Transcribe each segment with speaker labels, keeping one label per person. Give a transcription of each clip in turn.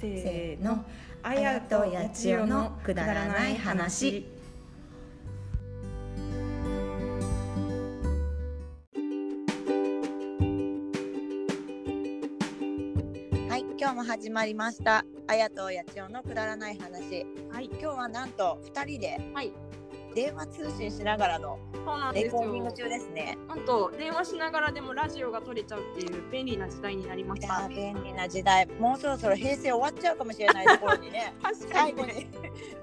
Speaker 1: せ
Speaker 2: せ
Speaker 1: ー
Speaker 2: ーの
Speaker 1: のあやとやちよのくだらない話
Speaker 2: はい今日も始まりましたあやとやちおのくだらない話
Speaker 3: はい、
Speaker 2: 今日はなんと二人で
Speaker 3: はい、
Speaker 2: 電話通信しながらの
Speaker 3: そうなん
Speaker 2: レ
Speaker 3: です
Speaker 2: コーディング
Speaker 3: よ。
Speaker 2: 中ですね
Speaker 3: なんと電話しながらでもラジオが取れちゃうっていう便利な時代になりまし
Speaker 2: いや
Speaker 3: た
Speaker 2: ー。便利な時代もうそろそろ平成終わっちゃうかもしれないところ にね
Speaker 3: 確か
Speaker 2: 最
Speaker 3: に、
Speaker 2: 後に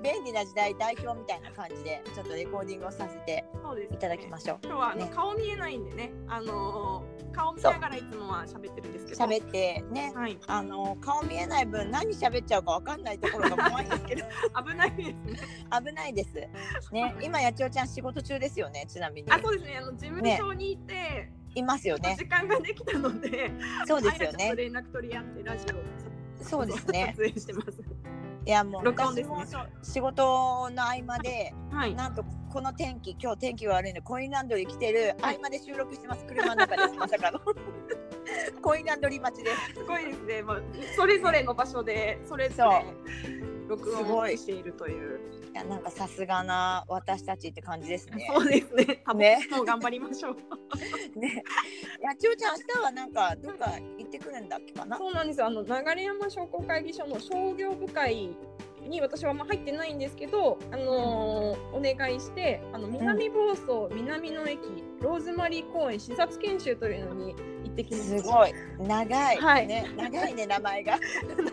Speaker 2: 便利な時代代表みたいな感じでちょっとレコーディングをさせて
Speaker 3: そうです、。
Speaker 2: いただきますしょう
Speaker 3: 今日はあの、
Speaker 2: ね
Speaker 3: 顔見えないんでね、あのー顔見ながらいつもは喋ってるんですけど。
Speaker 2: 喋ってね
Speaker 3: はい、
Speaker 2: あの顔見えない分何喋っちゃうかわかんないところが怖いんですけど
Speaker 3: 危ないですね。
Speaker 2: 危ないですね今八千代ちゃん仕事中ですよねちなみに
Speaker 3: あ、そうですね。あの事務所にいて、
Speaker 2: いますよね
Speaker 3: 時間ができたので、
Speaker 2: そうで
Speaker 3: あ
Speaker 2: すよ
Speaker 3: やちょっと
Speaker 2: ね
Speaker 3: 連絡取り合ってラジオを
Speaker 2: そうですね
Speaker 3: 撮影してます。
Speaker 2: いやもう
Speaker 3: 録音
Speaker 2: 私
Speaker 3: ですね
Speaker 2: もそう仕事の合間で
Speaker 3: はい。
Speaker 2: なんとこの天気今日天気が悪いのでコインランドリー来てる合間で収録してます車の中ですまさかの コインランドリー待ちです
Speaker 3: すごいですね。まあそれぞれの場所でそれぞれ録
Speaker 2: すご
Speaker 3: 音
Speaker 2: い
Speaker 3: しているという。
Speaker 2: いやなんかさすがな私たちって感じですね
Speaker 3: そうですね。多分
Speaker 2: ね
Speaker 3: もう頑張りましょう。
Speaker 2: ね八千代ちゃん明日はなんかどっか行ってくるんだっけかな
Speaker 3: そうなんですよあの流山商工会議所の商業部会に私はまあ入ってないんですけど、あのーお願いしてあの南房総南の駅ローズマリー公園視察研修というのに行ってきますす
Speaker 2: ごい長い、
Speaker 3: はい
Speaker 2: ね長いね名前が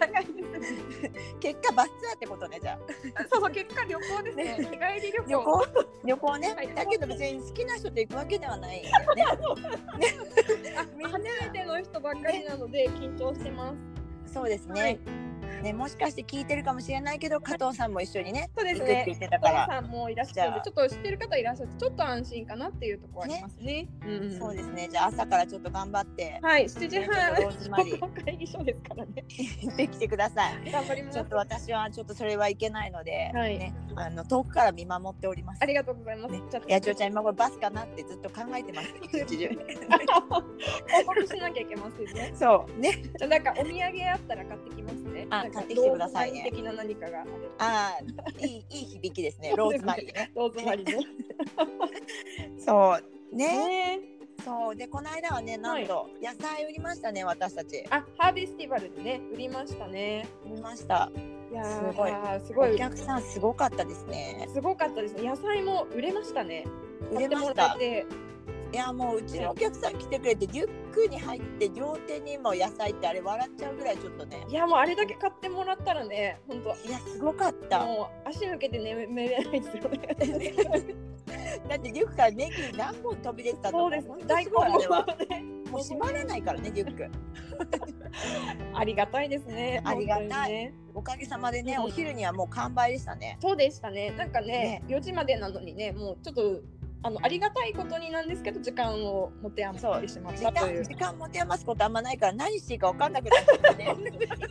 Speaker 3: 長いですね
Speaker 2: 結果バスツアーってことねじゃあ
Speaker 3: そうそう結果旅行ですね
Speaker 2: ね
Speaker 3: 日帰り旅行
Speaker 2: 旅行旅行ね、
Speaker 3: はい
Speaker 2: だけど別に好きな人と行くわけではないよね
Speaker 3: あ初めての人ばっかりなので緊張してます、
Speaker 2: そうですね、
Speaker 3: はい
Speaker 2: ねもしかして聞いてるかもしれないけど加藤さんも一緒にね
Speaker 3: そうで
Speaker 2: 行
Speaker 3: す
Speaker 2: くって
Speaker 3: ね
Speaker 2: 言ってたか
Speaker 3: 皆
Speaker 2: ら、
Speaker 3: さんもいらっしゃるのでちょっと知ってる方いらっしゃってちょっと安心かなっていうところはありますねうんうん
Speaker 2: そうですねじゃあ朝からちょっと頑張って
Speaker 3: はい7時半
Speaker 2: ローズマ リー
Speaker 3: 商工会議所ですからね
Speaker 2: 行ってきてください
Speaker 3: 頑張りま
Speaker 2: ち
Speaker 3: す
Speaker 2: ょっと私はちょっとそれはいけないので、
Speaker 3: はい
Speaker 2: ねあの遠くから見守っております
Speaker 3: ありがとうございます。
Speaker 2: ね
Speaker 3: じゃあ
Speaker 2: 八千代ちゃん今これバスかなってずっと考えて ます一日中
Speaker 3: 報告しなきゃいけません ね。
Speaker 2: そうね
Speaker 3: じゃあなんかお土産あったら買ってきますね。な
Speaker 2: あ
Speaker 3: んか
Speaker 2: 買ってきてくださいね
Speaker 3: ローズマリー的な何かがあれば。
Speaker 2: あーいいいい響きですね ローズマリーね
Speaker 3: ローズマリーね。
Speaker 2: そうね
Speaker 3: ね
Speaker 2: そうでこの間はねなんと野菜売りましたね私たち
Speaker 3: あ、ハーベスティバルでね、売りましたね。
Speaker 2: 売りました
Speaker 3: いやー
Speaker 2: すごい
Speaker 3: すご
Speaker 2: お
Speaker 3: い。
Speaker 2: 客さんすごかったですね
Speaker 3: すごかったですね。野菜も売れましたね。
Speaker 2: 売
Speaker 3: 買っ
Speaker 2: れまして
Speaker 3: もら
Speaker 2: た
Speaker 3: って
Speaker 2: いやもううちのお客さん来てくれてリュックに入って両手にも野菜ってあれ笑っちゃうぐらいちょっとね
Speaker 3: いやもうあれだけ買ってもらったらね、本
Speaker 2: いやすごかった
Speaker 3: 当もう足抜けて眠眠れないですよね。
Speaker 2: だってリュックからネギ何本飛び出てたと
Speaker 3: そ
Speaker 2: 思
Speaker 3: うです
Speaker 2: 本。当
Speaker 3: 大
Speaker 2: す
Speaker 3: 根
Speaker 2: ごいあ
Speaker 3: も
Speaker 2: れは
Speaker 3: ね。
Speaker 2: もう閉まらないからねリュック
Speaker 3: ありがたいですね。
Speaker 2: ありがたい
Speaker 3: 本当にね。
Speaker 2: おかげさまでね、
Speaker 3: うん
Speaker 2: お昼にはもう完売でしたね
Speaker 3: そうでしたね。なんかね、4時までなのにね、もうちょっとあのありがたいことになんですけど、時間を持て余してしまっ
Speaker 2: 時
Speaker 3: たとい
Speaker 2: 間
Speaker 3: う。
Speaker 2: 時間持て余すことあんまないから何していいか分かんなくなっちゃってね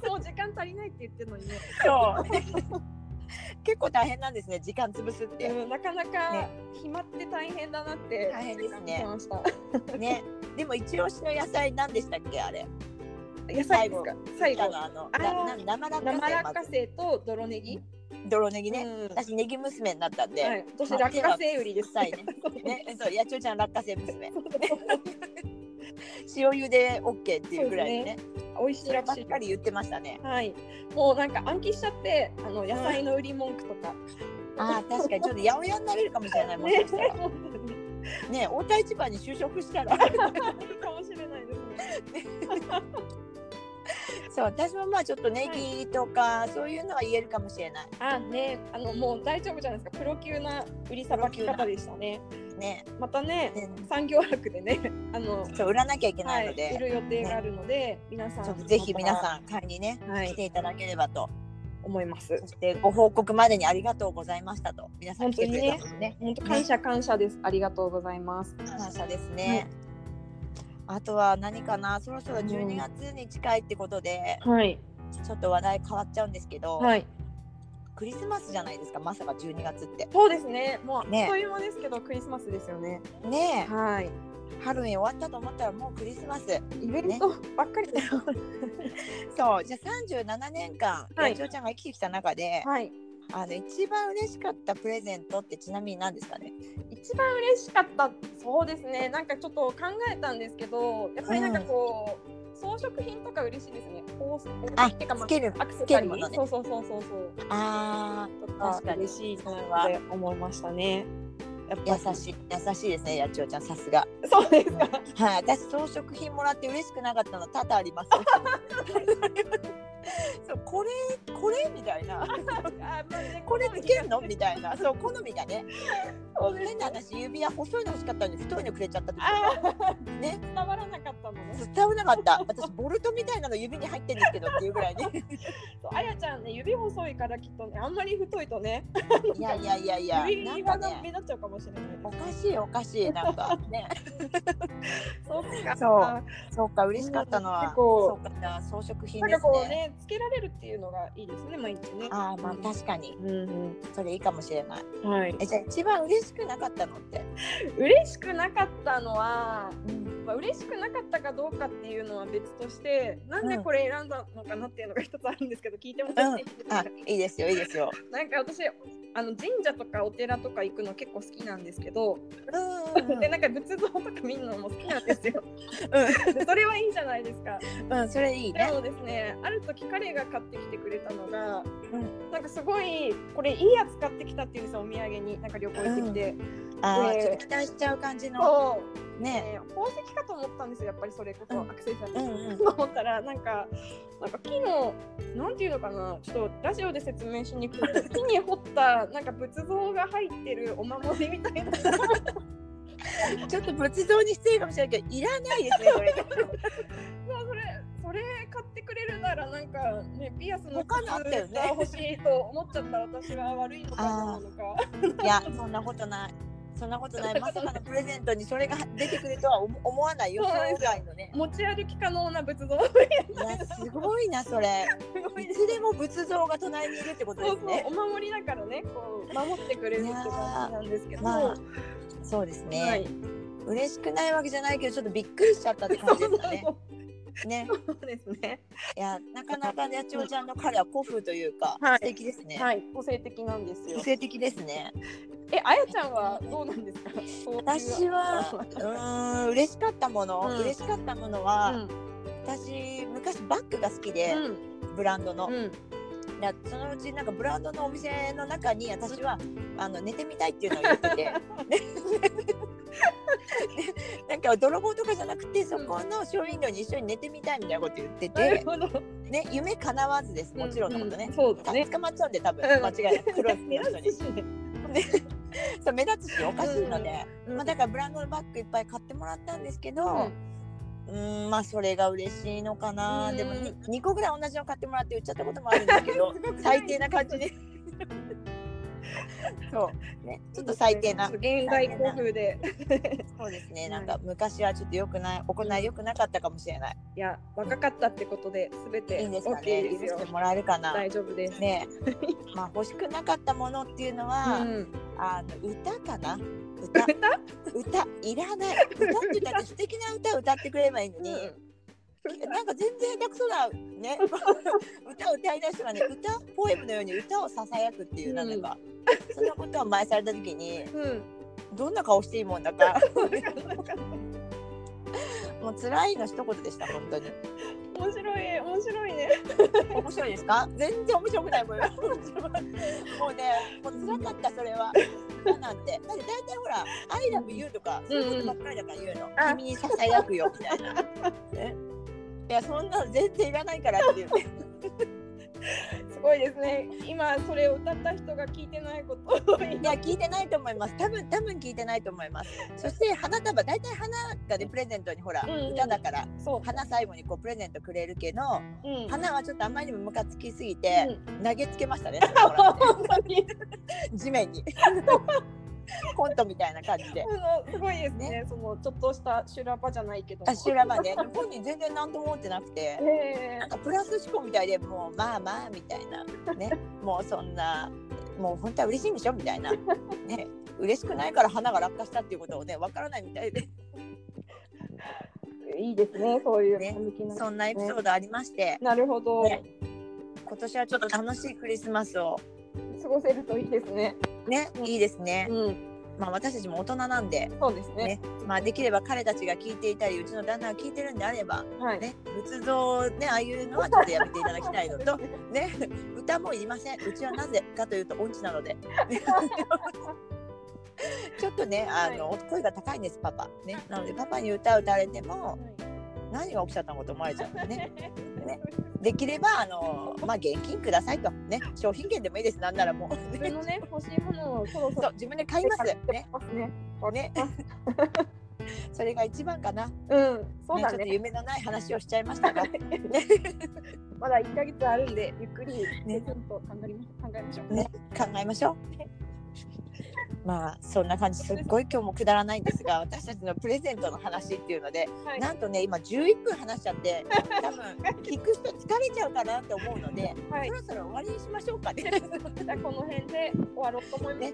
Speaker 3: もう時間足りないって言ってるのにね、
Speaker 2: そう 結構大変なんですね時間潰すって、
Speaker 3: うんなかなか
Speaker 2: ね
Speaker 3: 暇って大変だなって
Speaker 2: 大変ですね
Speaker 3: 感じました。
Speaker 2: ねでも一押しの野菜何でしたっけあれ
Speaker 3: 野菜ですか。最
Speaker 2: あ
Speaker 3: 後。
Speaker 2: のあの
Speaker 3: あー
Speaker 2: なな生落
Speaker 3: 生
Speaker 2: 花生
Speaker 3: 落花生と泥ネギ。
Speaker 2: 泥ネギね、
Speaker 3: うん
Speaker 2: 私ネギ娘になったんで、
Speaker 3: はい。私落花生売りです。
Speaker 2: 臭いねね そう八千代ちゃん落花生娘 塩茹で OK っていうぐらいでね
Speaker 3: 美味し
Speaker 2: そ
Speaker 3: い
Speaker 2: れ
Speaker 3: ら
Speaker 2: ばっ
Speaker 3: しい。
Speaker 2: かり言ってましたね
Speaker 3: はい。もうなんか暗記しちゃって、あの野菜の売り文句とか。
Speaker 2: あー確かにちょっと八百屋になれるかもしれないもしかしたら
Speaker 3: ね本当に
Speaker 2: ね大田市場に就職したら
Speaker 3: かもしれないですね。
Speaker 2: そう私もまあちょっとネギとかそういうのは言えるかもしれない
Speaker 3: あ、ね、あのもう大丈夫じゃないですか。プロ級な売りさばき方でしたね。
Speaker 2: ね
Speaker 3: またね、
Speaker 2: ね
Speaker 3: 産業博でね、あの、
Speaker 2: そう売らなきゃいけな
Speaker 3: はいい、
Speaker 2: の
Speaker 3: 売
Speaker 2: で、
Speaker 3: る予定があるので、皆さん
Speaker 2: ちょっとぜひ皆さん買いにね、
Speaker 3: ん、は
Speaker 2: 来
Speaker 3: い、
Speaker 2: ていただければと
Speaker 3: 思います
Speaker 2: そ。してご報告までにありがとうございましたと皆さん来てくれたのでね
Speaker 3: 本当感謝感謝です。ありがとうございます。
Speaker 2: 感謝ですね。あとは何かなそろそろ12月に近いってことで、
Speaker 3: はい、
Speaker 2: ちょっと話題変わっちゃうんですけど、
Speaker 3: はい、
Speaker 2: クリスマスじゃないですかまさか12月って。
Speaker 3: そうですね。もう、
Speaker 2: ね
Speaker 3: あっという間ですけど、クリスマスですよね。
Speaker 2: ね
Speaker 3: はい、
Speaker 2: えハロウィン終わったと思ったらもうクリスマス。
Speaker 3: イベントばっかり だ、
Speaker 2: そうじゃあ37年間
Speaker 3: はい
Speaker 2: 八千代ちゃんが生きてきた中で、
Speaker 3: はい
Speaker 2: あの一番嬉しかったプレゼントってちなみに何ですかね
Speaker 3: 一番嬉しかったそうですねなんかちょっと考えたんですけどやっぱりなんかこう、装飾品とか嬉しいですね宝石
Speaker 2: あ
Speaker 3: ってかま
Speaker 2: つける
Speaker 3: アクセサリ
Speaker 2: つけるもの
Speaker 3: ー、
Speaker 2: ね
Speaker 3: そうそうそうそうそう
Speaker 2: あ
Speaker 3: とか
Speaker 2: 確かに
Speaker 3: 嬉しいなって思いましたねやっ
Speaker 2: ー優
Speaker 3: ぱ
Speaker 2: しい優しいですね八千代ちゃんさすが
Speaker 3: そうですか
Speaker 2: はい、私装飾品もらって嬉しくなかったの多々あります。 そうこれこれみたいな
Speaker 3: あ、まあね、
Speaker 2: これつけるのみたいなそう好みがね
Speaker 3: そうです
Speaker 2: 変な話指輪細いの欲しかったのに太いのくれちゃったとか
Speaker 3: あー
Speaker 2: ね
Speaker 3: 伝わらなかったのね
Speaker 2: 伝わらなかった私ボルトみたいなの指に入ってるんですけどっていうぐらいね
Speaker 3: そうあやちゃんね指細いからきっとねあんまり太いとね
Speaker 2: いやいやいやいやな
Speaker 3: 指
Speaker 2: ん
Speaker 3: 輪
Speaker 2: か
Speaker 3: が目
Speaker 2: ね
Speaker 3: 立っちゃうかもしれない
Speaker 2: おかしいおかしいなんかね
Speaker 3: そうか
Speaker 2: そうそうか嬉しかったのは
Speaker 3: 結構
Speaker 2: そうかじゃあ装飾品
Speaker 3: なん
Speaker 2: で
Speaker 3: か
Speaker 2: す
Speaker 3: こう
Speaker 2: ね。
Speaker 3: ねつけられるっていうのがいいですね毎日ね
Speaker 2: ああまあ確かに
Speaker 3: うん
Speaker 2: それいいかもしれない。
Speaker 3: うんはい
Speaker 2: えじゃあ一番嬉しくなかったのって。
Speaker 3: 嬉しくなかったのは、まあ、嬉しくなかったかどうかっていうのは別としてなんでこれ選んだのかなっていうのが一つあるんですけど聞いてもらっていいですか
Speaker 2: あ、いいですよ、いいですよ。
Speaker 3: なんか私あの神社とかお寺とか行くの結構好きなんですけど、
Speaker 2: うんうん
Speaker 3: でなんか仏像とか見るのも好きなんですよ。
Speaker 2: う
Speaker 3: でそれはいいじゃないですか。
Speaker 2: ん、うん、それいい
Speaker 3: で
Speaker 2: ね。
Speaker 3: もですねある時彼が買ってきてくれたのが、
Speaker 2: う
Speaker 3: なんかすごいこれいいやつ買ってきたっていうんですよお土産になんか旅行行ってきて、
Speaker 2: あー、
Speaker 3: で
Speaker 2: ちょっと期待しちゃう感じの。
Speaker 3: そう
Speaker 2: ね。
Speaker 3: ね宝石かと思ったんですよやっぱりそれこそ、
Speaker 2: うん
Speaker 3: アクセサリー。
Speaker 2: うんうん。
Speaker 3: と 思ったらなんかなんか木のなんていうのかなちょっとラジオで説明しにくいけど木に彫った なんか仏像が入ってるお守りみた いな
Speaker 2: ちょっと仏像に失礼かもしれないけど、いらないですね、これ。
Speaker 3: そうそれそれ買ってくれるならなんかねピアスの
Speaker 2: 他のあったよね
Speaker 3: が欲しいと思っちゃった私は悪いのかなのか。
Speaker 2: いや、そんなことない。そんなことない。まさかのプレゼントにそれが出てくるとは思思わないよ。
Speaker 3: そ
Speaker 2: 予
Speaker 3: うなん
Speaker 2: 想
Speaker 3: ですよ
Speaker 2: 外のね。
Speaker 3: 持ち歩き可能な仏像
Speaker 2: いや、すごいな、そ れ。いつでも仏像が隣にいるってことで
Speaker 3: そう
Speaker 2: す
Speaker 3: そう
Speaker 2: ね。
Speaker 3: お守りだからねこう守ってくれるって感じなんですけど、
Speaker 2: まあ、そうですね、
Speaker 3: はい
Speaker 2: 嬉しくないわけじゃないけど、ちょっとびっくりしちゃったって感じですかね。ね。
Speaker 3: そうですね
Speaker 2: いや、なかなか八千代ちゃんの彼は古風というか、
Speaker 3: はい
Speaker 2: 素敵ですね。
Speaker 3: はい個性的なんですよ
Speaker 2: 個性的ですね。
Speaker 3: えあやちゃんはどうなんですか
Speaker 2: 私は、うーん、嬉しかったもの、
Speaker 3: うん
Speaker 2: 嬉しかったもの
Speaker 3: う
Speaker 2: は、
Speaker 3: ん
Speaker 2: 私、昔バッグが好きで、ブランドの、
Speaker 3: うん
Speaker 2: だそのうち、なんかブランドのお店の中に、私は、あの、寝てみたいっていうのを言って て。でなんか泥棒とかじゃなくてそこのショーウィンドウに一緒に寝てみたいみたいなこと言って
Speaker 3: なる
Speaker 2: て、
Speaker 3: ほど
Speaker 2: ね、夢叶わずですもちろんのことね
Speaker 3: う、うそうだね
Speaker 2: 捕まっちゃうんで多分間違いなく黒い服
Speaker 3: 目
Speaker 2: の人に
Speaker 3: 立つしね
Speaker 2: そう目立つしおかしいので、
Speaker 3: うん
Speaker 2: まあ、だからブランドのバッグいっぱい買ってもらったんですけど、う
Speaker 3: うん
Speaker 2: ーんまあそれが嬉しいのかな、
Speaker 3: うん
Speaker 2: でも 2, 個ぐらい同じの買ってもらって売っちゃったこともあるんだけど最低な感じ でそうねちょっと最低な
Speaker 3: 現代古風で
Speaker 2: そうです
Speaker 3: は
Speaker 2: ね
Speaker 3: い
Speaker 2: なんか昔はちょっと良くない行い良くなかったかもしれない、
Speaker 3: いや若かったってことで全
Speaker 2: いい
Speaker 3: て
Speaker 2: んですか
Speaker 3: OK
Speaker 2: ね
Speaker 3: で
Speaker 2: 許
Speaker 3: すよ
Speaker 2: してもらえるかな
Speaker 3: 大丈夫です
Speaker 2: ねまあ欲しくなかったものっていうのは、
Speaker 3: うん
Speaker 2: あの歌かな歌
Speaker 3: 歌
Speaker 2: 歌いらない歌って言ったって素敵な歌を歌ってくれればいいのに、なんか全然下手くそなね 歌を歌いだしたらね歌ポエムのように歌をささやくっていうなんか、そんなことを前された時に
Speaker 3: うんうん
Speaker 2: どんな顔していいもんだ か
Speaker 3: なんか
Speaker 2: もう辛いの一言でした本当に
Speaker 3: 面白い面白いね
Speaker 2: 面白いですか全然面白くないもんよもうねもう辛かったそれは歌なんてだって大体ほら「I love you」とかそういうことばっかりだから言うの「
Speaker 3: あ
Speaker 2: 君にささやくよ」みたいな。ねいやそんなの全然いらないからっていう
Speaker 3: すごいですね今それを歌った人が聞いてないことを言い
Speaker 2: いや聞いてないと思います多分多分聞いてないと思いますそして花束大体花がねプレゼントにほら、
Speaker 3: うんうん
Speaker 2: 歌だから
Speaker 3: そう
Speaker 2: 花最後にこうプレゼントくれるけど
Speaker 3: うん
Speaker 2: 花はちょっとあまりにもムカつきすぎ
Speaker 3: う
Speaker 2: て、
Speaker 3: ん
Speaker 2: 投げつけましたね
Speaker 3: 本当に
Speaker 2: 地面にコントみたいな感じで
Speaker 3: あのすごいですねそのちょっとした修羅場じゃないけども
Speaker 2: あ修羅場ね本人全然何とも思ってなくて
Speaker 3: え
Speaker 2: なんかプラス思考みたいでもうまあまあみたいなねもうそんなもう本当は嬉しいんでしょみたいなね嬉しくないから花が落下したっていうことをねわからないみたいで
Speaker 3: いいですね、そういう
Speaker 2: ね
Speaker 3: 前向きな。
Speaker 2: そんなエピソードありまして、
Speaker 3: なるほど、
Speaker 2: ね今年はちょっと楽しいクリスマスを
Speaker 3: 過ごせるといいですね。
Speaker 2: ね、いいですね。
Speaker 3: うん、
Speaker 2: まあ私たちも大人なんで、
Speaker 3: そうですね。
Speaker 2: ね、まあできれば彼たちが聞いていたり、うちの旦那が聞いてるんであれば、
Speaker 3: はい。
Speaker 2: ね、仏像ね、ああいうのはちょっとやめていただきたいのと、ね、歌もいりません。うちはなぜかというと音痴なので。 ちょっとね、あの、声が高いんです、パパ。ね、なので、パパに歌を歌われても、何が起きちゃったのかと思われちゃうのでね。ねできれば、あの、まあ、現金くださいと、ね、商品券でもいいです、なんならもう。
Speaker 3: 自
Speaker 2: ね
Speaker 3: 分のね、欲しいものをそろそ
Speaker 2: そ
Speaker 3: ろ
Speaker 2: う、自分で買います。ね、
Speaker 3: ますね。
Speaker 2: ね。それが一番かな。
Speaker 3: うん、そうだ
Speaker 2: ねちょっと
Speaker 3: ね。
Speaker 2: 夢のない話をしちゃいましたが。
Speaker 3: まだ一ヶ月あるんで、ゆっくり、
Speaker 2: ね
Speaker 3: ね、ちょっと考えま考えましょう。
Speaker 2: ね、考えましょう。まあそんな感じすっごい今日もくだらないんです が私たちのプレゼントの話っていうので
Speaker 3: はい、
Speaker 2: なんとね今11分話しちゃって多分聞く人疲れちゃうかなって思うので
Speaker 3: はい
Speaker 2: そ、ろそろ終わりにしましょうかね。
Speaker 3: じゃあこの辺で終わろうと思います。
Speaker 2: ね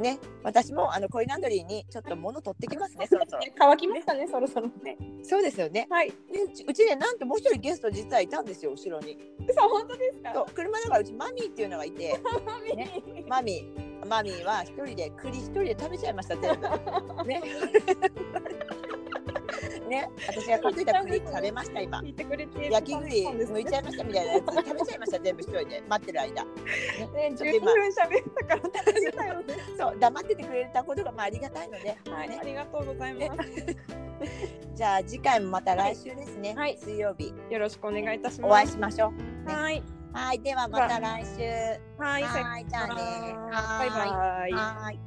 Speaker 2: ね私もあのコインランドリーにちょっと物取ってきますねそろそろ。
Speaker 3: 乾きましたね、そろそろね。
Speaker 2: そうですよね。
Speaker 3: はい。
Speaker 2: でうちうちねなんともう一人ゲスト実はいたんですよ後ろに。
Speaker 3: さあ、本当ですか。
Speaker 2: そう車だからうちマミーっていうのがいて
Speaker 3: マミー
Speaker 2: ねマミーマミーは一人で栗一人で食べちゃいました全 部。ね。 ね、私が買っといた栗食べました今。
Speaker 3: 聞いてくれて。
Speaker 2: 焼き栗
Speaker 3: そうです
Speaker 2: 剥いちゃいましたみたいなやつ食べちゃいました全部一人で待って る間。
Speaker 3: ね、
Speaker 2: ちょ
Speaker 3: 十
Speaker 2: っと
Speaker 3: 二
Speaker 2: 今
Speaker 3: 分喋ったから大丈夫だよね。
Speaker 2: そう黙っててくれたことがまあありがたいので、
Speaker 3: はい、
Speaker 2: ね
Speaker 3: ありがとうございます。
Speaker 2: じゃあ次回もまた来週ですね。
Speaker 3: はい
Speaker 2: 水曜日
Speaker 3: よろしくお願いいたします。
Speaker 2: お会いしましょね
Speaker 3: はい、
Speaker 2: う。はい、ではまた来週。
Speaker 3: はい、さよ
Speaker 2: はい、じゃあね。
Speaker 3: ならバイバイ。
Speaker 2: はい。